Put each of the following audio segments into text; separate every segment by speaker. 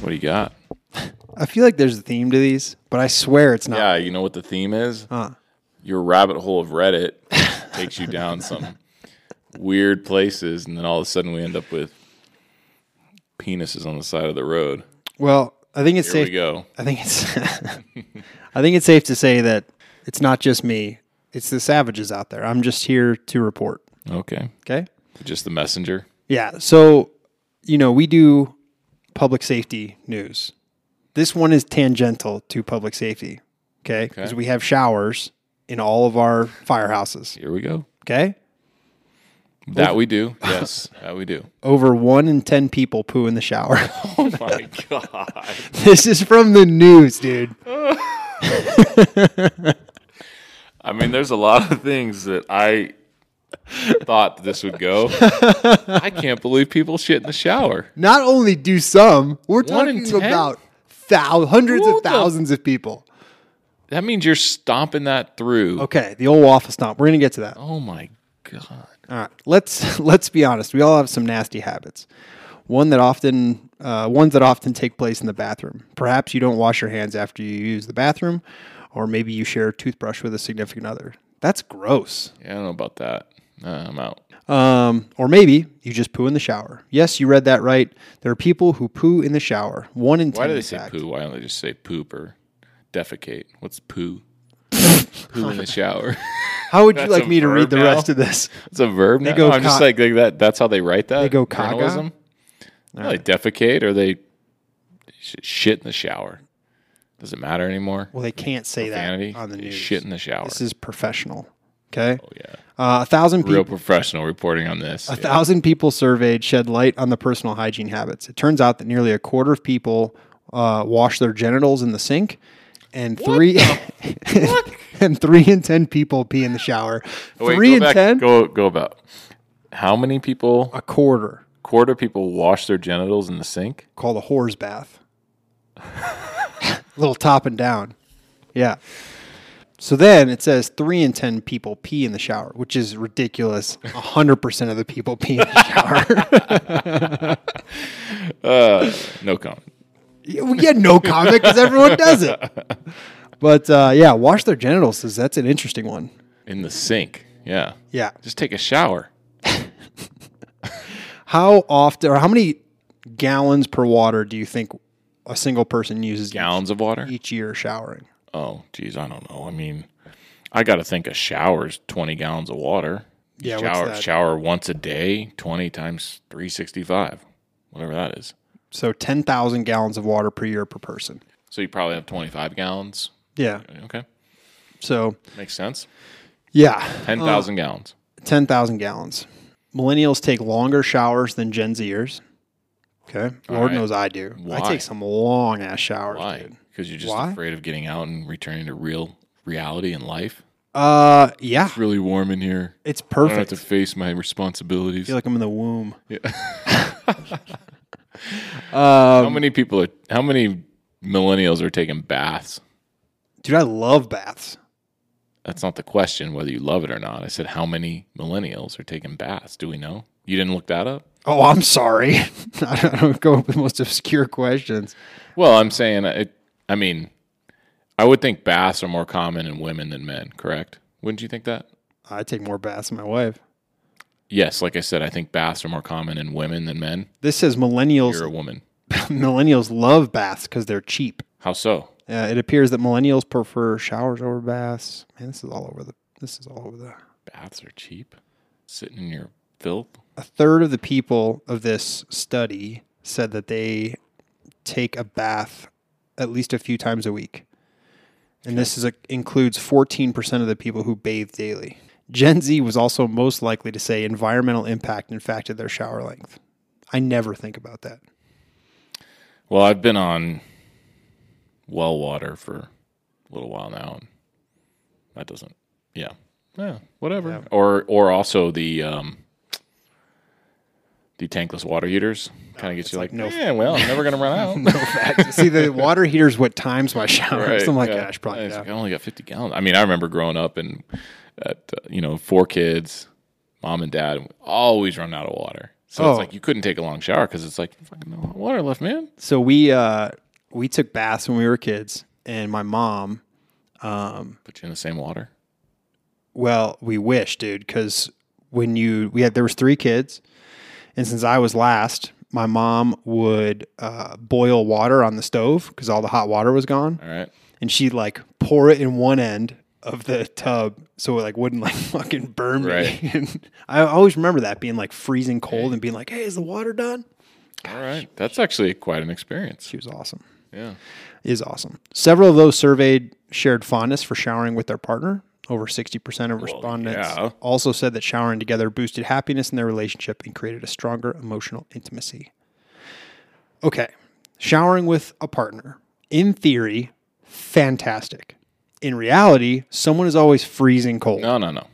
Speaker 1: What do you got?
Speaker 2: I feel like there's a theme to these, but I swear it's not.
Speaker 1: Yeah, you know what the theme is?
Speaker 2: Huh.
Speaker 1: Your rabbit hole of Reddit takes you down some weird places, and then all of a sudden we end up with penises on the side of the road.
Speaker 2: Well, I think it's
Speaker 1: Here we
Speaker 2: safe.
Speaker 1: go.
Speaker 2: I think it's. I think it's safe to say that it's not just me. It's the savages out there. I'm just here to report.
Speaker 1: Okay.
Speaker 2: Okay.
Speaker 1: Just the messenger.
Speaker 2: Yeah. So, you know, we do public safety news. This one is tangential to public safety. Okay. Because we have showers in all of our firehouses.
Speaker 1: Here we go.
Speaker 2: Okay.
Speaker 1: That we do. Yes, that we do.
Speaker 2: Over one in 10 people poo in the shower.
Speaker 1: Oh my God.
Speaker 2: this is from the news, dude.
Speaker 1: I mean, there's a lot of things that I thought this would go. I can't believe people shit in the shower.
Speaker 2: Not only do some, we're
Speaker 1: One in
Speaker 2: talking
Speaker 1: 10?
Speaker 2: about thou- hundreds
Speaker 1: Who
Speaker 2: of
Speaker 1: the-
Speaker 2: thousands of people.
Speaker 1: That means you're stomping that through.
Speaker 2: Okay. The old waffle stomp. We're going to get to that.
Speaker 1: Oh my God.
Speaker 2: All right, let's let's be honest. We all have some nasty habits. One that often uh, ones that often take place in the bathroom. Perhaps you don't wash your hands after you use the bathroom, or maybe you share a toothbrush with a significant other. That's gross.
Speaker 1: Yeah, I don't know about that. Nah, I'm out.
Speaker 2: Um, or maybe you just poo in the shower. Yes, you read that right. There are people who poo in the shower. One in ten.
Speaker 1: Why do they
Speaker 2: in
Speaker 1: say
Speaker 2: fact.
Speaker 1: poo? Why don't they just say poop or defecate? What's poo? poo in the shower.
Speaker 2: How would you
Speaker 1: That's
Speaker 2: like
Speaker 1: a
Speaker 2: me to read
Speaker 1: verb
Speaker 2: the
Speaker 1: now?
Speaker 2: rest of this?
Speaker 1: it's a verb. They
Speaker 2: go
Speaker 1: go. I'm just
Speaker 2: ca-
Speaker 1: like, like that. That's how they write that. They
Speaker 2: go caga?
Speaker 1: No, they defecate or they sh- shit in the shower. Doesn't matter anymore.
Speaker 2: Well, they can't say
Speaker 1: Vanity.
Speaker 2: that on the
Speaker 1: they
Speaker 2: news.
Speaker 1: Shit in the shower.
Speaker 2: This is professional. Okay,
Speaker 1: Oh, yeah.
Speaker 2: uh, a thousand people.
Speaker 1: Real professional reporting on this.
Speaker 2: A thousand people surveyed shed light on the personal hygiene habits. It turns out that nearly a quarter of people uh, wash their genitals in the sink, and three and three in ten people pee in the shower.
Speaker 1: Wait,
Speaker 2: three
Speaker 1: go
Speaker 2: in
Speaker 1: back-
Speaker 2: ten,
Speaker 1: Go go about. How many people?
Speaker 2: a quarter,
Speaker 1: Quarter people wash their genitals in the sink.
Speaker 2: called a whore's bath. little top and down, yeah. So then it says three in ten people pee in the shower, which is ridiculous. hundred percent of the people pee in the shower.
Speaker 1: No comment.
Speaker 2: we had no comment because everyone does it. But uh, yeah, wash their genitals. 'cause That's an interesting one.
Speaker 1: In the sink. Yeah.
Speaker 2: Yeah.
Speaker 1: Just take a shower.
Speaker 2: How often or how many gallons per water do you think a single person uses each-
Speaker 1: Gallons of water.
Speaker 2: each year showering?
Speaker 1: Oh, geez, I don't know. I mean, I got to think a shower's twenty gallons of water. You
Speaker 2: Yeah, what's
Speaker 1: shower
Speaker 2: that?
Speaker 1: shower once a day, twenty times three sixty five, whatever that is.
Speaker 2: So 10,000 gallons of water per year per person.
Speaker 1: So you probably have twenty five gallons.
Speaker 2: Yeah.
Speaker 1: Okay,
Speaker 2: So,
Speaker 1: makes sense.
Speaker 2: yeah,
Speaker 1: Ten thousand gallons.
Speaker 2: 10,000 gallons. Millennials take longer showers than Gen Zers. Okay.
Speaker 1: right.
Speaker 2: Lord knows I do.
Speaker 1: Why?
Speaker 2: I take some long ass showers.
Speaker 1: Why?
Speaker 2: dude.
Speaker 1: Because you're just
Speaker 2: Why?
Speaker 1: afraid of getting out and returning to real reality and life.
Speaker 2: Uh, yeah.
Speaker 1: It's really warm in here.
Speaker 2: It's
Speaker 1: I don't have
Speaker 2: perfect.
Speaker 1: to
Speaker 2: I
Speaker 1: face my responsibilities.
Speaker 2: feel like I'm in the womb.
Speaker 1: how many people are? How many millennials are taking baths?
Speaker 2: Dude, I love baths.
Speaker 1: That's not the question whether you love it or not. I said how many millennials are taking baths? Do we know? You didn't look that up?
Speaker 2: Oh, I'm sorry. I don't- I don't go up with the most obscure questions.
Speaker 1: Well, I'm saying it I mean, I would think baths are more common in women than men, correct? Wouldn't you think that?
Speaker 2: I take more baths than my wife.
Speaker 1: Yes, like I said, I think baths are more common in women than men.
Speaker 2: This says millennials
Speaker 1: You're a woman.
Speaker 2: millennials love baths because they're cheap.
Speaker 1: How so?
Speaker 2: Uh, it appears that millennials prefer showers over baths. Man, this is all over the. This is all over the.
Speaker 1: Baths are cheap. Sitting in your filth.
Speaker 2: A third of the people of this study said that they take a bath at least a few times a week, and this is a, includes 14% of the people who bathe daily. Gen Z was also most likely to say environmental impact in fact of their shower length. I never think about that.
Speaker 1: Well, I've been on well water for a little while now, and that doesn't, yeah, yeah, whatever. Or, or also the um, the tankless water heaters
Speaker 2: Oh,
Speaker 1: kind of gets you like,
Speaker 2: no-
Speaker 1: yeah, well, I'm never gonna run out.
Speaker 2: See, the water heater's what times my showers. I'm like, gosh, probably
Speaker 1: It's
Speaker 2: not.
Speaker 1: like, I only got 50 gallons. I mean, I remember growing up and at uh, you know four kids, mom and dad always run out of water. So
Speaker 2: Oh.
Speaker 1: it's like you couldn't take a long shower because it's like fucking no hot water left, man.
Speaker 2: So we uh, we took baths when we were kids, and my mom.
Speaker 1: Put you in the same water.
Speaker 2: Well, we wish, dude, because when you we had there was three kids, and since I was last, my mom would uh, boil water on the stove because all the hot water was gone,
Speaker 1: All right.
Speaker 2: and she'd like pour it in one end of the tub so it like wouldn't like fucking burn me.
Speaker 1: Right.
Speaker 2: And I always remember that being like freezing cold and being like, "Hey, is the water done?"
Speaker 1: All right. That's actually quite an experience.
Speaker 2: She was awesome.
Speaker 1: Yeah.
Speaker 2: is awesome. Several of those surveyed shared fondness for showering with their partner. Over 60% of respondents
Speaker 1: yeah.
Speaker 2: also said that showering together boosted happiness in their relationship and created a stronger emotional intimacy. Okay, showering with a partner. In theory, fantastic. In reality, someone is always freezing cold.
Speaker 1: No, no, no.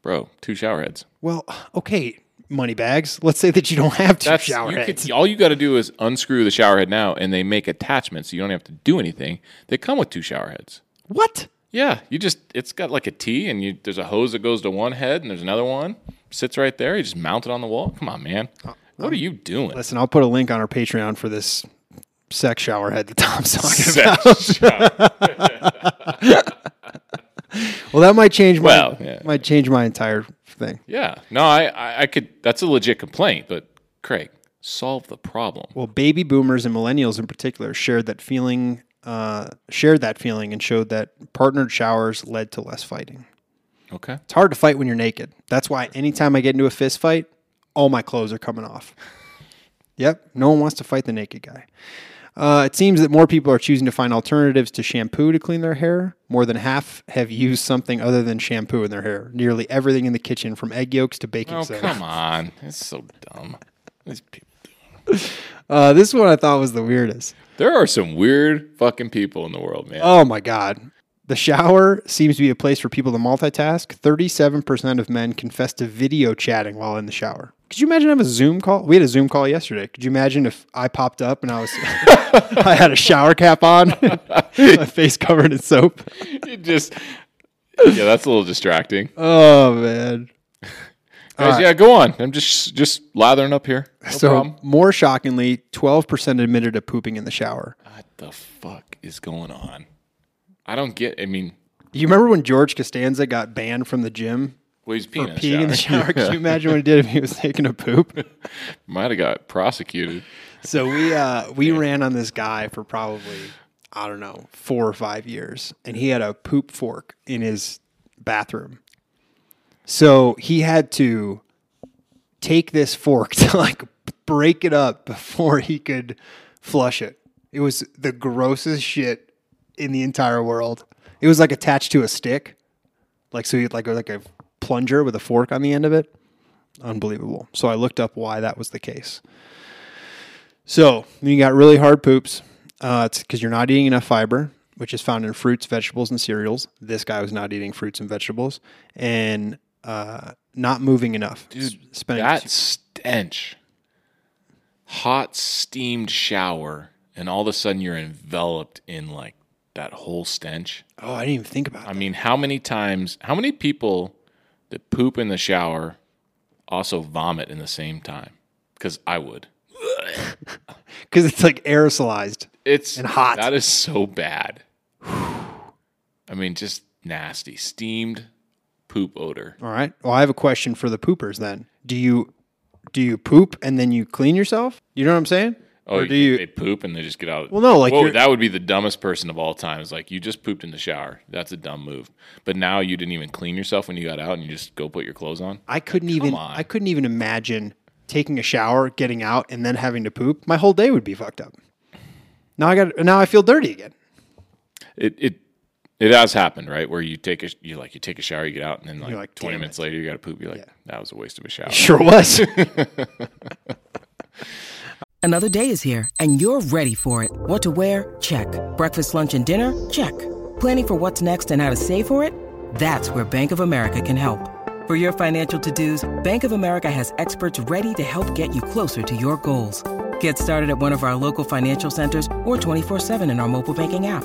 Speaker 1: Bro, two shower heads.
Speaker 2: Well, okay, money bags. Let's say that you don't have two
Speaker 1: That's
Speaker 2: shower
Speaker 1: you could-
Speaker 2: heads.
Speaker 1: all you got to do is unscrew the shower head now, and they make attachments. So you don't have to do anything. They come with two shower heads.
Speaker 2: what?
Speaker 1: Yeah, you just it's got like a T, and you there's a hose that goes to one head, and there's another one sits right there. You just mount it on the wall. Come on, man. What are you doing?
Speaker 2: Listen, I'll put a link on our Patreon for this sex shower head that Tom's talking about.
Speaker 1: Sex shower.
Speaker 2: Well, that might change my
Speaker 1: Well, yeah.
Speaker 2: might change my entire thing.
Speaker 1: yeah. No, I, I I could. That's a legit complaint, but Craig, solve the problem.
Speaker 2: Well, baby boomers and millennials in particular shared that feeling, uh, shared that feeling, and showed that partnered showers led to less fighting.
Speaker 1: Okay.
Speaker 2: It's hard to fight when you're naked. That's why anytime I get into a fist fight, all my clothes are coming off. Yep, no one wants to fight the naked guy. Uh, it seems that more people are choosing to find alternatives to shampoo to clean their hair. More than half have used something other than shampoo in their hair. Nearly everything in the kitchen, from egg yolks to baking
Speaker 1: Oh
Speaker 2: soda.
Speaker 1: come on, it's so dumb. These people.
Speaker 2: Uh, this one I thought was the weirdest.
Speaker 1: There are some weird fucking people in the world, man.
Speaker 2: Oh my God. The shower seems to be a place for people to multitask. 37% of men confess to video chatting while in the shower. Could you imagine having a Zoom call? We had a Zoom call yesterday. Could you imagine if I popped up and I was I had a shower cap on, my face covered in soap?
Speaker 1: It just yeah, that's a little distracting.
Speaker 2: Oh man.
Speaker 1: Guys, Yeah, go on. I'm just just lathering up here. No
Speaker 2: so
Speaker 1: problem.
Speaker 2: more shockingly, 12% admitted to pooping in the shower.
Speaker 1: What the fuck is going on? I don't get. I mean,
Speaker 2: You remember when George Costanza got banned from the gym
Speaker 1: well, he's
Speaker 2: for
Speaker 1: peeing,
Speaker 2: peeing in the
Speaker 1: shower.
Speaker 2: shower? Could you imagine what he did if he was taking a poop?
Speaker 1: Might have got prosecuted.
Speaker 2: So we uh, we ran on this guy for probably I don't know four or five years, and he had a poop fork in his bathroom. So he had to take this fork to like break it up before he could flush it. It was the grossest shit in the entire world. It was like attached to a stick, like so you like like a plunger with a fork on the end of it. Unbelievable. So I looked up why that was the case. So you got really hard poops. Uh, it's because you're not eating enough fiber, which is found in fruits, vegetables, and cereals. This guy was not eating fruits and vegetables, and uh, not moving enough. Dude, spending
Speaker 1: That stench, hot steamed shower, and all of a sudden you're enveloped in like that whole stench.
Speaker 2: Oh, I didn't even think about
Speaker 1: I
Speaker 2: it.
Speaker 1: mean, how many times? How many people that poop in the shower also vomit in the same time? Because I would.
Speaker 2: Because it's like aerosolized.
Speaker 1: It's
Speaker 2: And hot.
Speaker 1: That is so bad. I mean, just nasty steamed poop odor.
Speaker 2: All right. Well, I have a question for the poopers then. Do you do you poop and then you clean yourself? You know what I'm saying?
Speaker 1: Oh,
Speaker 2: or
Speaker 1: you
Speaker 2: do
Speaker 1: think
Speaker 2: you?
Speaker 1: they poop and they just get out?
Speaker 2: Well, no, like
Speaker 1: Whoa,
Speaker 2: you're-
Speaker 1: that would be the dumbest person of all time. Is like you just pooped in the shower. That's a dumb move. But now you didn't even clean yourself when you got out, and you just go put your clothes on.
Speaker 2: I couldn't even.
Speaker 1: on.
Speaker 2: I couldn't even imagine taking a shower, getting out, and then having to poop. My whole day would be fucked up. Now I got. Now I feel dirty again.
Speaker 1: It it it has happened, right? Where you take a you like you take a shower, you get out, and then like,
Speaker 2: like,
Speaker 1: twenty
Speaker 2: "Damn
Speaker 1: minutes later you got to poop. You're like, that was a waste of a shower.
Speaker 2: Sure was.
Speaker 3: Another day is here, and you're ready for it. What to wear? Check. Breakfast, lunch, and dinner? Check. Planning for what's next and how to save for it? That's where Bank of America can help. For your financial to-dos, Bank of America has experts ready to help get you closer to your goals. Get started at one of our local financial centers or 24-7 in our mobile banking app.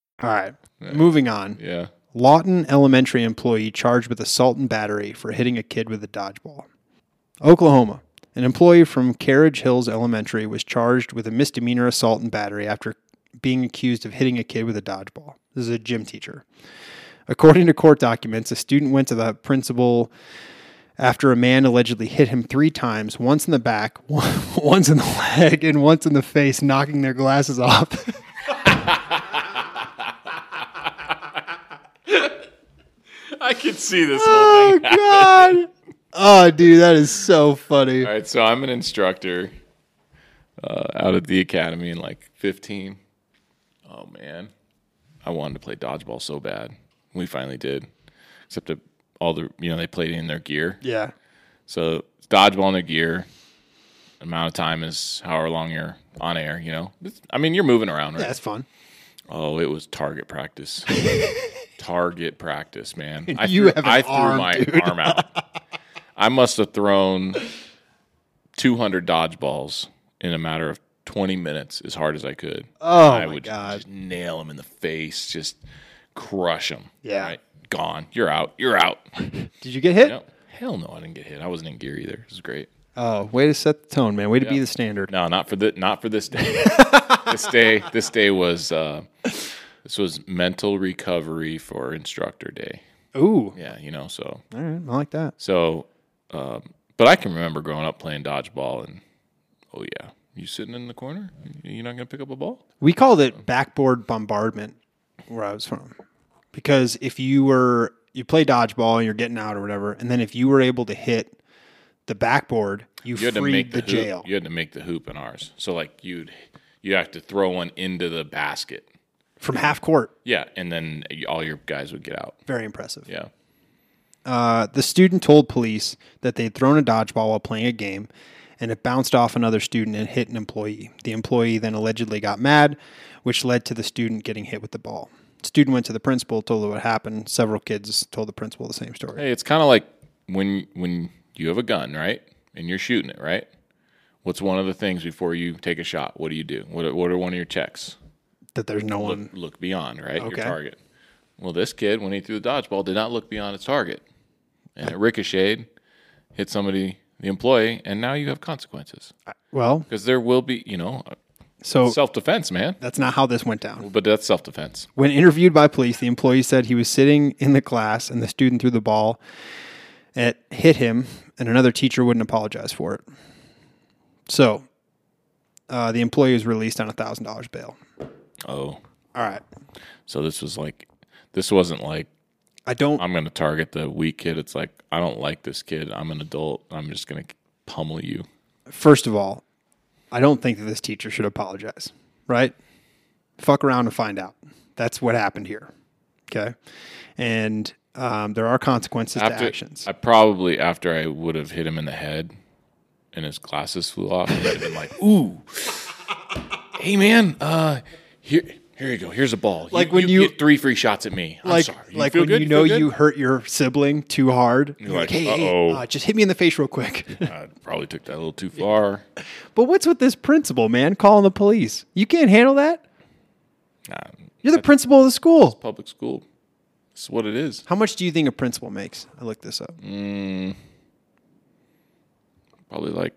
Speaker 2: All right. Moving on.
Speaker 1: Yeah.
Speaker 2: Lawton Elementary employee charged with assault and battery for hitting a kid with a dodgeball. Oklahoma. An employee from Carriage Hills Elementary was charged with a misdemeanor assault and battery after being accused of hitting a kid with a dodgeball. This is a gym teacher. According to court documents, a student went to the principal after a man allegedly hit him three times once in the back, once in the leg, and once in the face, knocking their glasses off.
Speaker 1: I can see this whole thing.
Speaker 2: God. Oh, dude, that is so funny.
Speaker 1: All right, so I'm an instructor uh, out at the academy in like 15. Oh man, I wanted to play dodgeball so bad. We finally did, except that all the you know they played in their gear.
Speaker 2: Yeah.
Speaker 1: So it's dodgeball in their gear. Amount of time is however long you're on air. You know, It's- I mean you're moving around, right?
Speaker 2: That's fun.
Speaker 1: Oh, it was target practice. target practice, man. I
Speaker 2: You have an
Speaker 1: I threw
Speaker 2: arm,
Speaker 1: my
Speaker 2: dude.
Speaker 1: arm out. I must have thrown 200 dodgeballs in a matter of 20 minutes as hard as I could.
Speaker 2: Oh,
Speaker 1: I
Speaker 2: my
Speaker 1: would
Speaker 2: God.
Speaker 1: just nail them in the face, just crush them.
Speaker 2: Yeah.
Speaker 1: Gone. You're out. You're out.
Speaker 2: Did you get hit?
Speaker 1: No, hell no, I didn't get hit. I wasn't in gear either. It was great.
Speaker 2: Oh, way to set the tone, man. Way to be the standard.
Speaker 1: No, not for the not for this day. this day this day was uh, this was mental recovery for instructor day.
Speaker 2: Ooh.
Speaker 1: Yeah, you know, so
Speaker 2: All right. I like that.
Speaker 1: so um, but I can remember growing up playing dodgeball and oh yeah. You sitting in the corner? You're not gonna pick up a ball?
Speaker 2: We called it backboard bombardment where I was from. Because if you were you play dodgeball and you're getting out or whatever, and then if you were able to hit the backboard, you,
Speaker 1: You had to
Speaker 2: freed
Speaker 1: make the,
Speaker 2: the,
Speaker 1: hoop.
Speaker 2: jail.
Speaker 1: You had to make the hoop in ours. So like you'd you have to throw one into the basket.
Speaker 2: From half court.
Speaker 1: Yeah, and then all your guys would get out.
Speaker 2: Very impressive.
Speaker 1: Yeah.
Speaker 2: Uh, the student told police that they'd thrown a dodgeball while playing a game and it bounced off another student and hit an employee. The employee then allegedly got mad, which led to the student getting hit with the ball. student went to the principal, told her what happened. Several kids told the principal the same story.
Speaker 1: Hey, it's kind of like when when you have a gun, right? And you're shooting it, right? What's one of the things before you take a shot? What do you do? What are, what are one of your checks?
Speaker 2: That there's no one.
Speaker 1: Look, look beyond, right?
Speaker 2: Okay.
Speaker 1: Your target. Well, this kid, when he threw the dodgeball, did not look beyond its target, and it ricocheted, hit somebody, the employee, and now you have consequences
Speaker 2: Well,
Speaker 1: because there will be, you know,
Speaker 2: so
Speaker 1: self defense, man.
Speaker 2: that's not how this went down.
Speaker 1: But that's self defense.
Speaker 2: When interviewed by police, the employee said he was sitting in the class and the student threw the ball. It hit him, and another teacher wouldn't apologize for it. So uh, the employee was released on a $1,000 bail.
Speaker 1: Oh,
Speaker 2: All right.
Speaker 1: so this was like, this wasn't like
Speaker 2: I don't.
Speaker 1: I'm going to target the weak kid. It's like, I don't like this kid. I'm an adult. I'm just going to pummel you.
Speaker 2: First of all, I don't think that this teacher should apologize, right? Fuck around and find out. That's what happened here. Okay. And um, there are consequences to actions.
Speaker 1: I probably, after I would have hit him in the head and his glasses flew off, I'd have been like, ooh, hey, man, uh, here. Here you go. Here's a ball.
Speaker 2: Like when you-
Speaker 1: get three free shots at me. I'm
Speaker 2: like,
Speaker 1: sorry.
Speaker 2: like
Speaker 1: feel
Speaker 2: when
Speaker 1: good?
Speaker 2: you know
Speaker 1: feel good?
Speaker 2: you hurt your sibling too hard. You're
Speaker 1: like,
Speaker 2: like, hey, hey
Speaker 1: "Uh-oh."
Speaker 2: uh, just hit me in the face real quick.
Speaker 1: I probably took that a little too far.
Speaker 2: but what's with this principal, man, calling the police? You can't handle that?
Speaker 1: Nah,
Speaker 2: You're the principal of the school.
Speaker 1: public school. It's what it is.
Speaker 2: How much do you think a principal makes? I looked this up.
Speaker 1: Mm, Probably like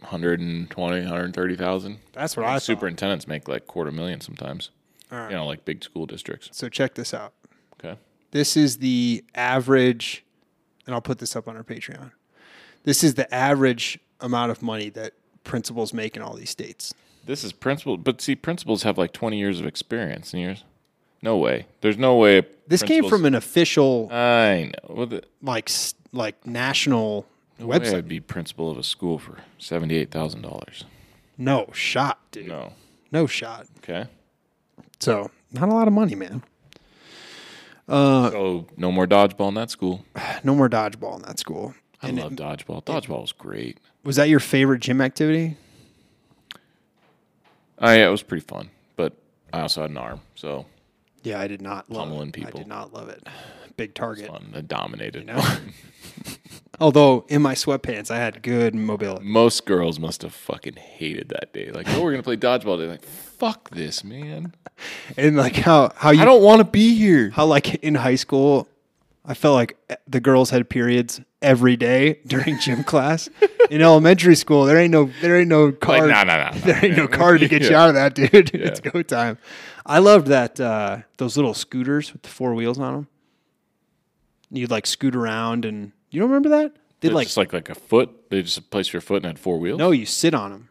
Speaker 1: 120, 130,000.
Speaker 2: That's what
Speaker 1: Like, superintendents make like quarter million sometimes. You know, like big school districts.
Speaker 2: So check this out.
Speaker 1: Okay.
Speaker 2: This is the average, and I'll put this up on our Patreon. This is the average amount of money that principals make in all these states.
Speaker 1: This is principal, but see, principals have like twenty years of experience. And years, no way. There's no way.
Speaker 2: This came from an official,
Speaker 1: I know. Well, the-
Speaker 2: like, s- like national
Speaker 1: No way
Speaker 2: Website.
Speaker 1: I'd be principal of a school for seventy-eight thousand dollars.
Speaker 2: No shot, dude.
Speaker 1: No.
Speaker 2: No shot.
Speaker 1: Okay.
Speaker 2: So not a lot of money, man. Uh,
Speaker 1: so no more dodgeball in that school.
Speaker 2: No more dodgeball in that school.
Speaker 1: I love dodgeball. Dodgeball was great.
Speaker 2: Was that your favorite gym activity?
Speaker 1: Oh yeah, it was pretty fun. But I also had an arm, so
Speaker 2: Yeah, I did not love
Speaker 1: Pummeling
Speaker 2: it. I
Speaker 1: people.
Speaker 2: did not love it. Big target.
Speaker 1: fun. I dominated.
Speaker 2: Although in my sweatpants, I had good mobility.
Speaker 1: Most girls must have fucking hated that day. Like, oh, we're gonna play dodgeball. They're like, fuck this, man.
Speaker 2: And like how how
Speaker 1: I
Speaker 2: you
Speaker 1: don't want to be here.
Speaker 2: how like in high school, I felt like eh, the girls had periods every day during gym class. In elementary school, there ain't no there ain't no
Speaker 1: Like,
Speaker 2: card.
Speaker 1: no, no, no. no.
Speaker 2: There ain't no card to get you out of that, dude. It's go time. I loved that uh, those little scooters with the four wheels on them. You'd like scoot around, and you don't remember that? They'd
Speaker 1: It's
Speaker 2: like
Speaker 1: just like like a foot. They just placed your foot and had four wheels.
Speaker 2: No, you sit on them,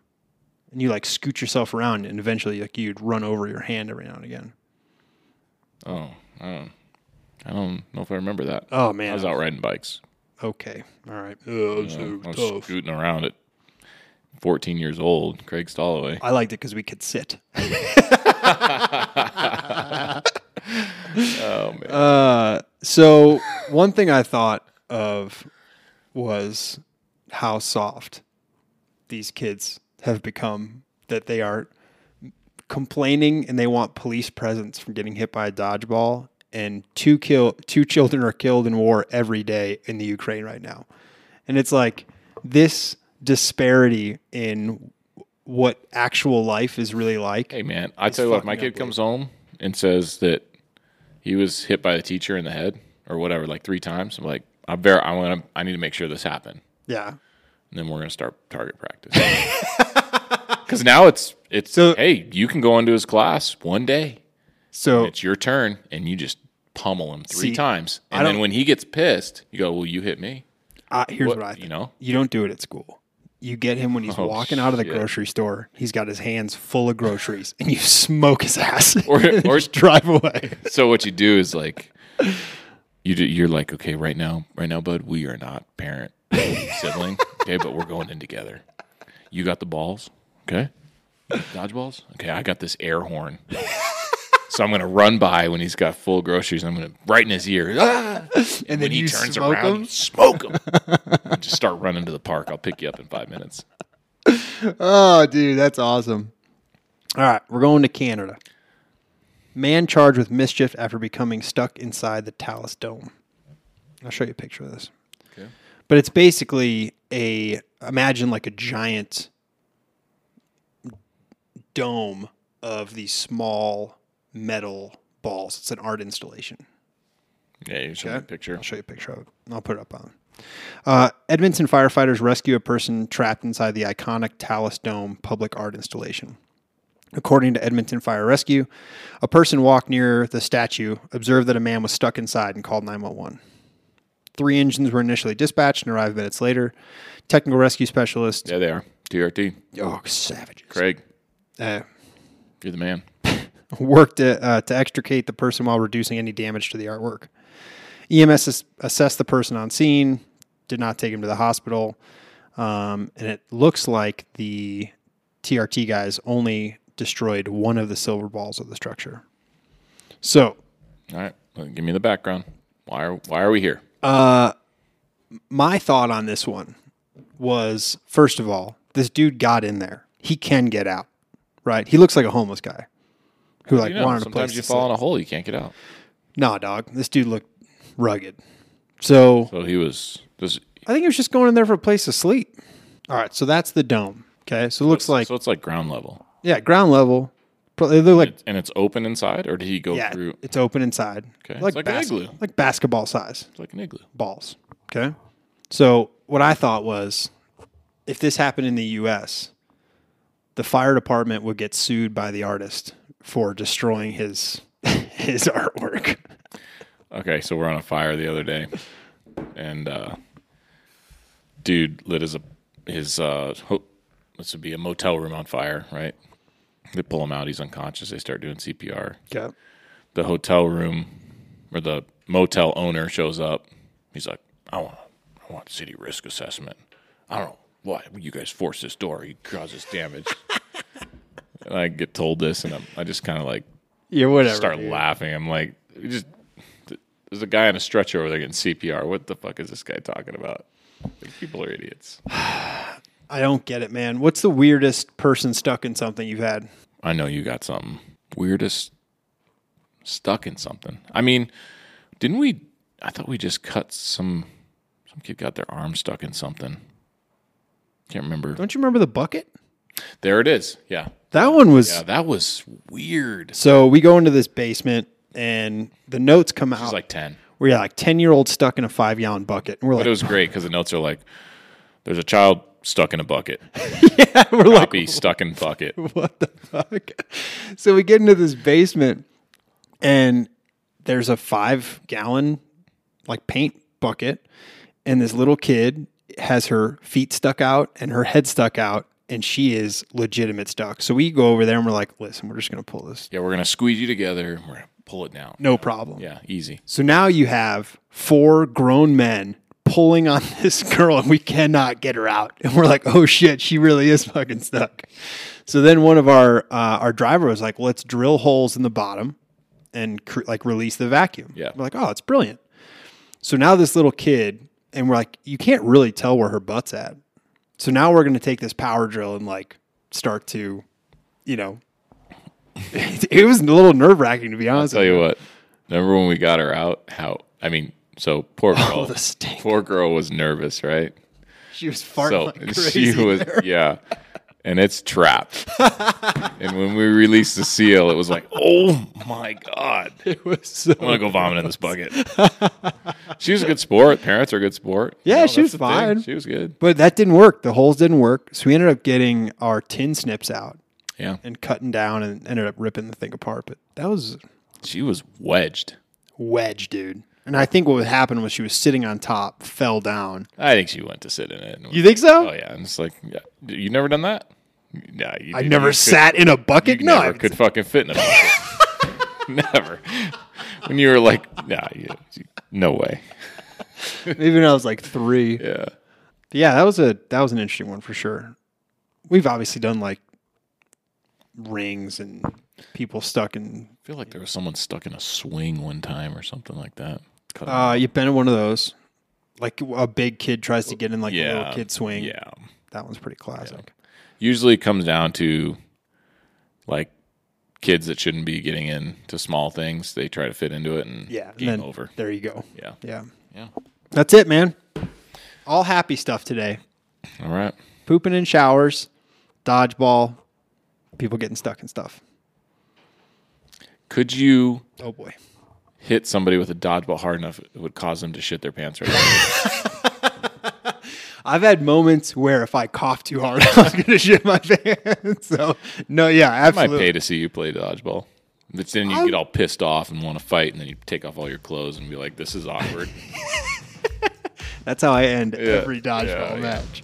Speaker 2: and you like scoot yourself around, and eventually like you'd run over your hand every now and again.
Speaker 1: Oh, I don't. I don't know if I remember that.
Speaker 2: Oh, man.
Speaker 1: I was out riding bikes. Uh,
Speaker 2: Okay, all right.
Speaker 1: I was scooting around at 14 years old. Craig Stalloway.
Speaker 2: I liked it because we could sit. oh man. Uh, so one thing I thought of was how soft these kids have become. That they are complaining and they want police presence from getting hit by a dodgeball. And two kill two children are killed in war every day in the Ukraine right now. And it's like this disparity in what actual life is really like.
Speaker 1: Hey, man. I tell you what. if My
Speaker 2: fucking
Speaker 1: kid comes home and says that he was hit by the teacher in the head or whatever, like three times. I'm like, I ver- I want. I need to make sure this happened.
Speaker 2: Yeah.
Speaker 1: And then we're gonna start target practice. Because now it's it's
Speaker 2: So-
Speaker 1: hey, you can go into his class one day.
Speaker 2: So
Speaker 1: It's your turn, and you just pummel him three
Speaker 2: See,
Speaker 1: times.
Speaker 2: I
Speaker 1: And then
Speaker 2: don't-
Speaker 1: when he gets pissed, you go, "Well, you hit me."
Speaker 2: I, here's what,
Speaker 1: What-
Speaker 2: I
Speaker 1: you
Speaker 2: think.
Speaker 1: know? Oh,
Speaker 2: you don't do it at school. You get him when he's walking out of the
Speaker 1: shit.
Speaker 2: grocery store. He's got his hands full of groceries, and you smoke his ass
Speaker 1: Or-
Speaker 2: and
Speaker 1: or-
Speaker 2: just drive away.
Speaker 1: So what you do is like, you do, you're like, okay, right now, right now, bud, we are not parent sibling, okay, but we're going in together. You got the balls, okay? Dodgeballs, okay. I got this air horn, so I'm gonna run by when he's got full groceries. And I'm gonna right in his ear, ah!
Speaker 2: And
Speaker 1: when
Speaker 2: then
Speaker 1: he
Speaker 2: you
Speaker 1: turns
Speaker 2: smoke
Speaker 1: around,
Speaker 2: him?
Speaker 1: you smoke him. And just start running to the park. I'll pick you up in five minutes.
Speaker 2: Oh, dude, that's awesome. All right, we're going to Canada. Man charged with mischief after becoming stuck inside the Talus Dome. I'll show you a picture of this. But it's basically a imagine like a giant dome of these small metal balls. It's an art installation.
Speaker 1: Yeah, you show me a picture.
Speaker 2: I'll show you a picture of it. I'll put it up on. Uh, Edmonton firefighters rescue a person trapped inside the iconic Talus Dome public art installation. According to Edmonton Fire Rescue, a person walked near the statue, observed that a man was stuck inside, and called 911. Three engines were initially dispatched and arrived minutes later. Technical rescue specialist,
Speaker 1: Yeah, they are. TRT.
Speaker 2: oh, savages,
Speaker 1: Craig,
Speaker 2: uh,
Speaker 1: you're the man.
Speaker 2: worked to, uh, to extricate the person while reducing any damage to the artwork. E EMS ass- assessed the person on scene, did not take him to the hospital, um, and it looks like the TRT guys only destroyed one of the silver balls of the structure. So,
Speaker 1: All right, well, give me the background. Why are Why are we here?
Speaker 2: my thought on this one was first of all, this dude got in there. He can get out, right? He looks like a homeless guy who like
Speaker 1: You know,
Speaker 2: wanted to play.
Speaker 1: sometimes you fall in a hole, you can't get out.
Speaker 2: Nah, dog. This dude looked rugged. So
Speaker 1: So he was this.
Speaker 2: I think he was just going in there for a place to sleep. All right, so that's the dome. Okay, so it looks like
Speaker 1: so it's like ground level,
Speaker 2: yeah, ground level. Pro- They look like
Speaker 1: and it's open inside, or did he go
Speaker 2: yeah,
Speaker 1: through?
Speaker 2: it's open inside.
Speaker 1: Okay,
Speaker 2: like
Speaker 1: it's like an
Speaker 2: bas-
Speaker 1: igloo.
Speaker 2: like basketball size
Speaker 1: It's like an igloo.
Speaker 2: balls. Okay, so what I thought was, if this happened in the U.S., the fire department would get sued by the artist for destroying his his artwork.
Speaker 1: Okay, so we're on a fire the other day, and uh, dude lit his his uh, ho- this would be a motel room on fire, right? They pull him out. He's unconscious. They start doing CPR.
Speaker 2: Okay,
Speaker 1: the hotel room or the motel owner shows up. He's like, I want to, I I want city risk assessment. I don't know why you guys force this door. It causes damage. and I get told this, and I'm, I just kind of like
Speaker 2: Yeah, whatever.
Speaker 1: start
Speaker 2: dude.
Speaker 1: laughing. I'm like, you just there's a guy on a stretcher over there getting CPR. What the fuck is this guy talking about? Like, people are idiots.
Speaker 2: I don't get it, man. What's the weirdest person stuck in something you've had?
Speaker 1: I know you got something weirdest stuck in something. I mean, didn't we? I thought we just cut some. Some kid got their arm stuck in something. Can't remember.
Speaker 2: Don't you remember the bucket?
Speaker 1: There it is. Yeah,
Speaker 2: That one was
Speaker 1: yeah. That was weird. She's
Speaker 2: So we go into this basement and the notes come out.
Speaker 1: like ten.
Speaker 2: we're like 10 year old stuck in a five gallon bucket. And we're
Speaker 1: But it
Speaker 2: like,
Speaker 1: was great because the notes are like, "There's a child stuck in a bucket.
Speaker 2: we're like,
Speaker 1: Happy stuck in bucket."
Speaker 2: what the fuck? So we get into this basement and there's a five gallon like paint bucket. And this little kid has her feet stuck out and her head stuck out. And she is legitimate stuck. So we go over there and we're like, listen, we're just going to pull this.
Speaker 1: Yeah, we're gonna squeeze you together. and We're gonna pull it down.
Speaker 2: No problem.
Speaker 1: Yeah, easy.
Speaker 2: So now you have four grown men pulling on this girl and we cannot get her out. And we're like, oh shit, she really is fucking stuck. So then one of our uh, our driver was like, let's drill holes in the bottom and cr- like release the vacuum.
Speaker 1: Yeah.
Speaker 2: We're like, oh, it's brilliant. So now this little kid, and we're like, you can't really tell where her butt's at. So now we're going to take this power drill and like start to, you know, it was a little nerve wracking to be honest.
Speaker 1: Tell you what, remember when we got her out? How I mean, so poor girl.
Speaker 2: Oh, the stink.
Speaker 1: Poor girl was nervous, right?
Speaker 2: She was farting
Speaker 1: so
Speaker 2: like
Speaker 1: she
Speaker 2: crazy.
Speaker 1: was, yeah, and it's trapped. and when we released the seal, it was like, oh my god,
Speaker 2: It was so-
Speaker 1: I'm gonna go vomit in this bucket. she was a good sport. Parents are a good sport. You
Speaker 2: Yeah,
Speaker 1: that's
Speaker 2: she was
Speaker 1: the thing.
Speaker 2: fine.
Speaker 1: She was good.
Speaker 2: but that didn't work. The holes didn't work. So we ended up getting our tin snips out
Speaker 1: Yeah,
Speaker 2: and cutting down and ended up ripping the thing apart. But that was
Speaker 1: she was wedged.
Speaker 2: wedge, dude. And I think what would happen was she was sitting on top, fell down.
Speaker 1: I think she went to sit in it. and-
Speaker 2: You think so?
Speaker 1: Oh yeah, and it's like, yeah. you never done that? Yeah, you,
Speaker 2: I
Speaker 1: you
Speaker 2: never
Speaker 1: could-
Speaker 2: sat in a bucket.
Speaker 1: You
Speaker 2: No,
Speaker 1: never
Speaker 2: I-
Speaker 1: could fucking fit in a bucket. never. When you were like, nah, you, you- no way.
Speaker 2: maybe when I was like three.
Speaker 1: Yeah.
Speaker 2: But yeah, that was a that was an interesting one for sure. We've obviously done like rings and people stuck in.
Speaker 1: I feel like there was someone stuck in a swing one time or something like that. Cut
Speaker 2: Uh, you've been in one of those. Like a big kid tries to get in like a little kid swing.
Speaker 1: Yeah.
Speaker 2: That one's pretty classic.
Speaker 1: Usually it comes down to like kids that shouldn't be getting into small things. They try to fit into it and
Speaker 2: Yeah. and
Speaker 1: game
Speaker 2: then
Speaker 1: over.
Speaker 2: There you go.
Speaker 1: Yeah.
Speaker 2: Yeah.
Speaker 1: Yeah.
Speaker 2: That's it, man. All happy stuff today.
Speaker 1: All right.
Speaker 2: Pooping in showers, dodgeball, people getting stuck in stuff.
Speaker 1: Could you
Speaker 2: Oh boy.
Speaker 1: hit somebody with a dodgeball hard enough, it would cause them to shit their pants right away?
Speaker 2: I've had moments where if I cough too hard, I was gonna shit my pants. So no, yeah,
Speaker 1: I might
Speaker 2: absolutely.
Speaker 1: pay to see you play dodgeball. It's then you get all pissed off and want to fight, and then you take off all your clothes and be like, "This is awkward."
Speaker 2: That's how I end every dodgeball
Speaker 1: yeah.
Speaker 2: match.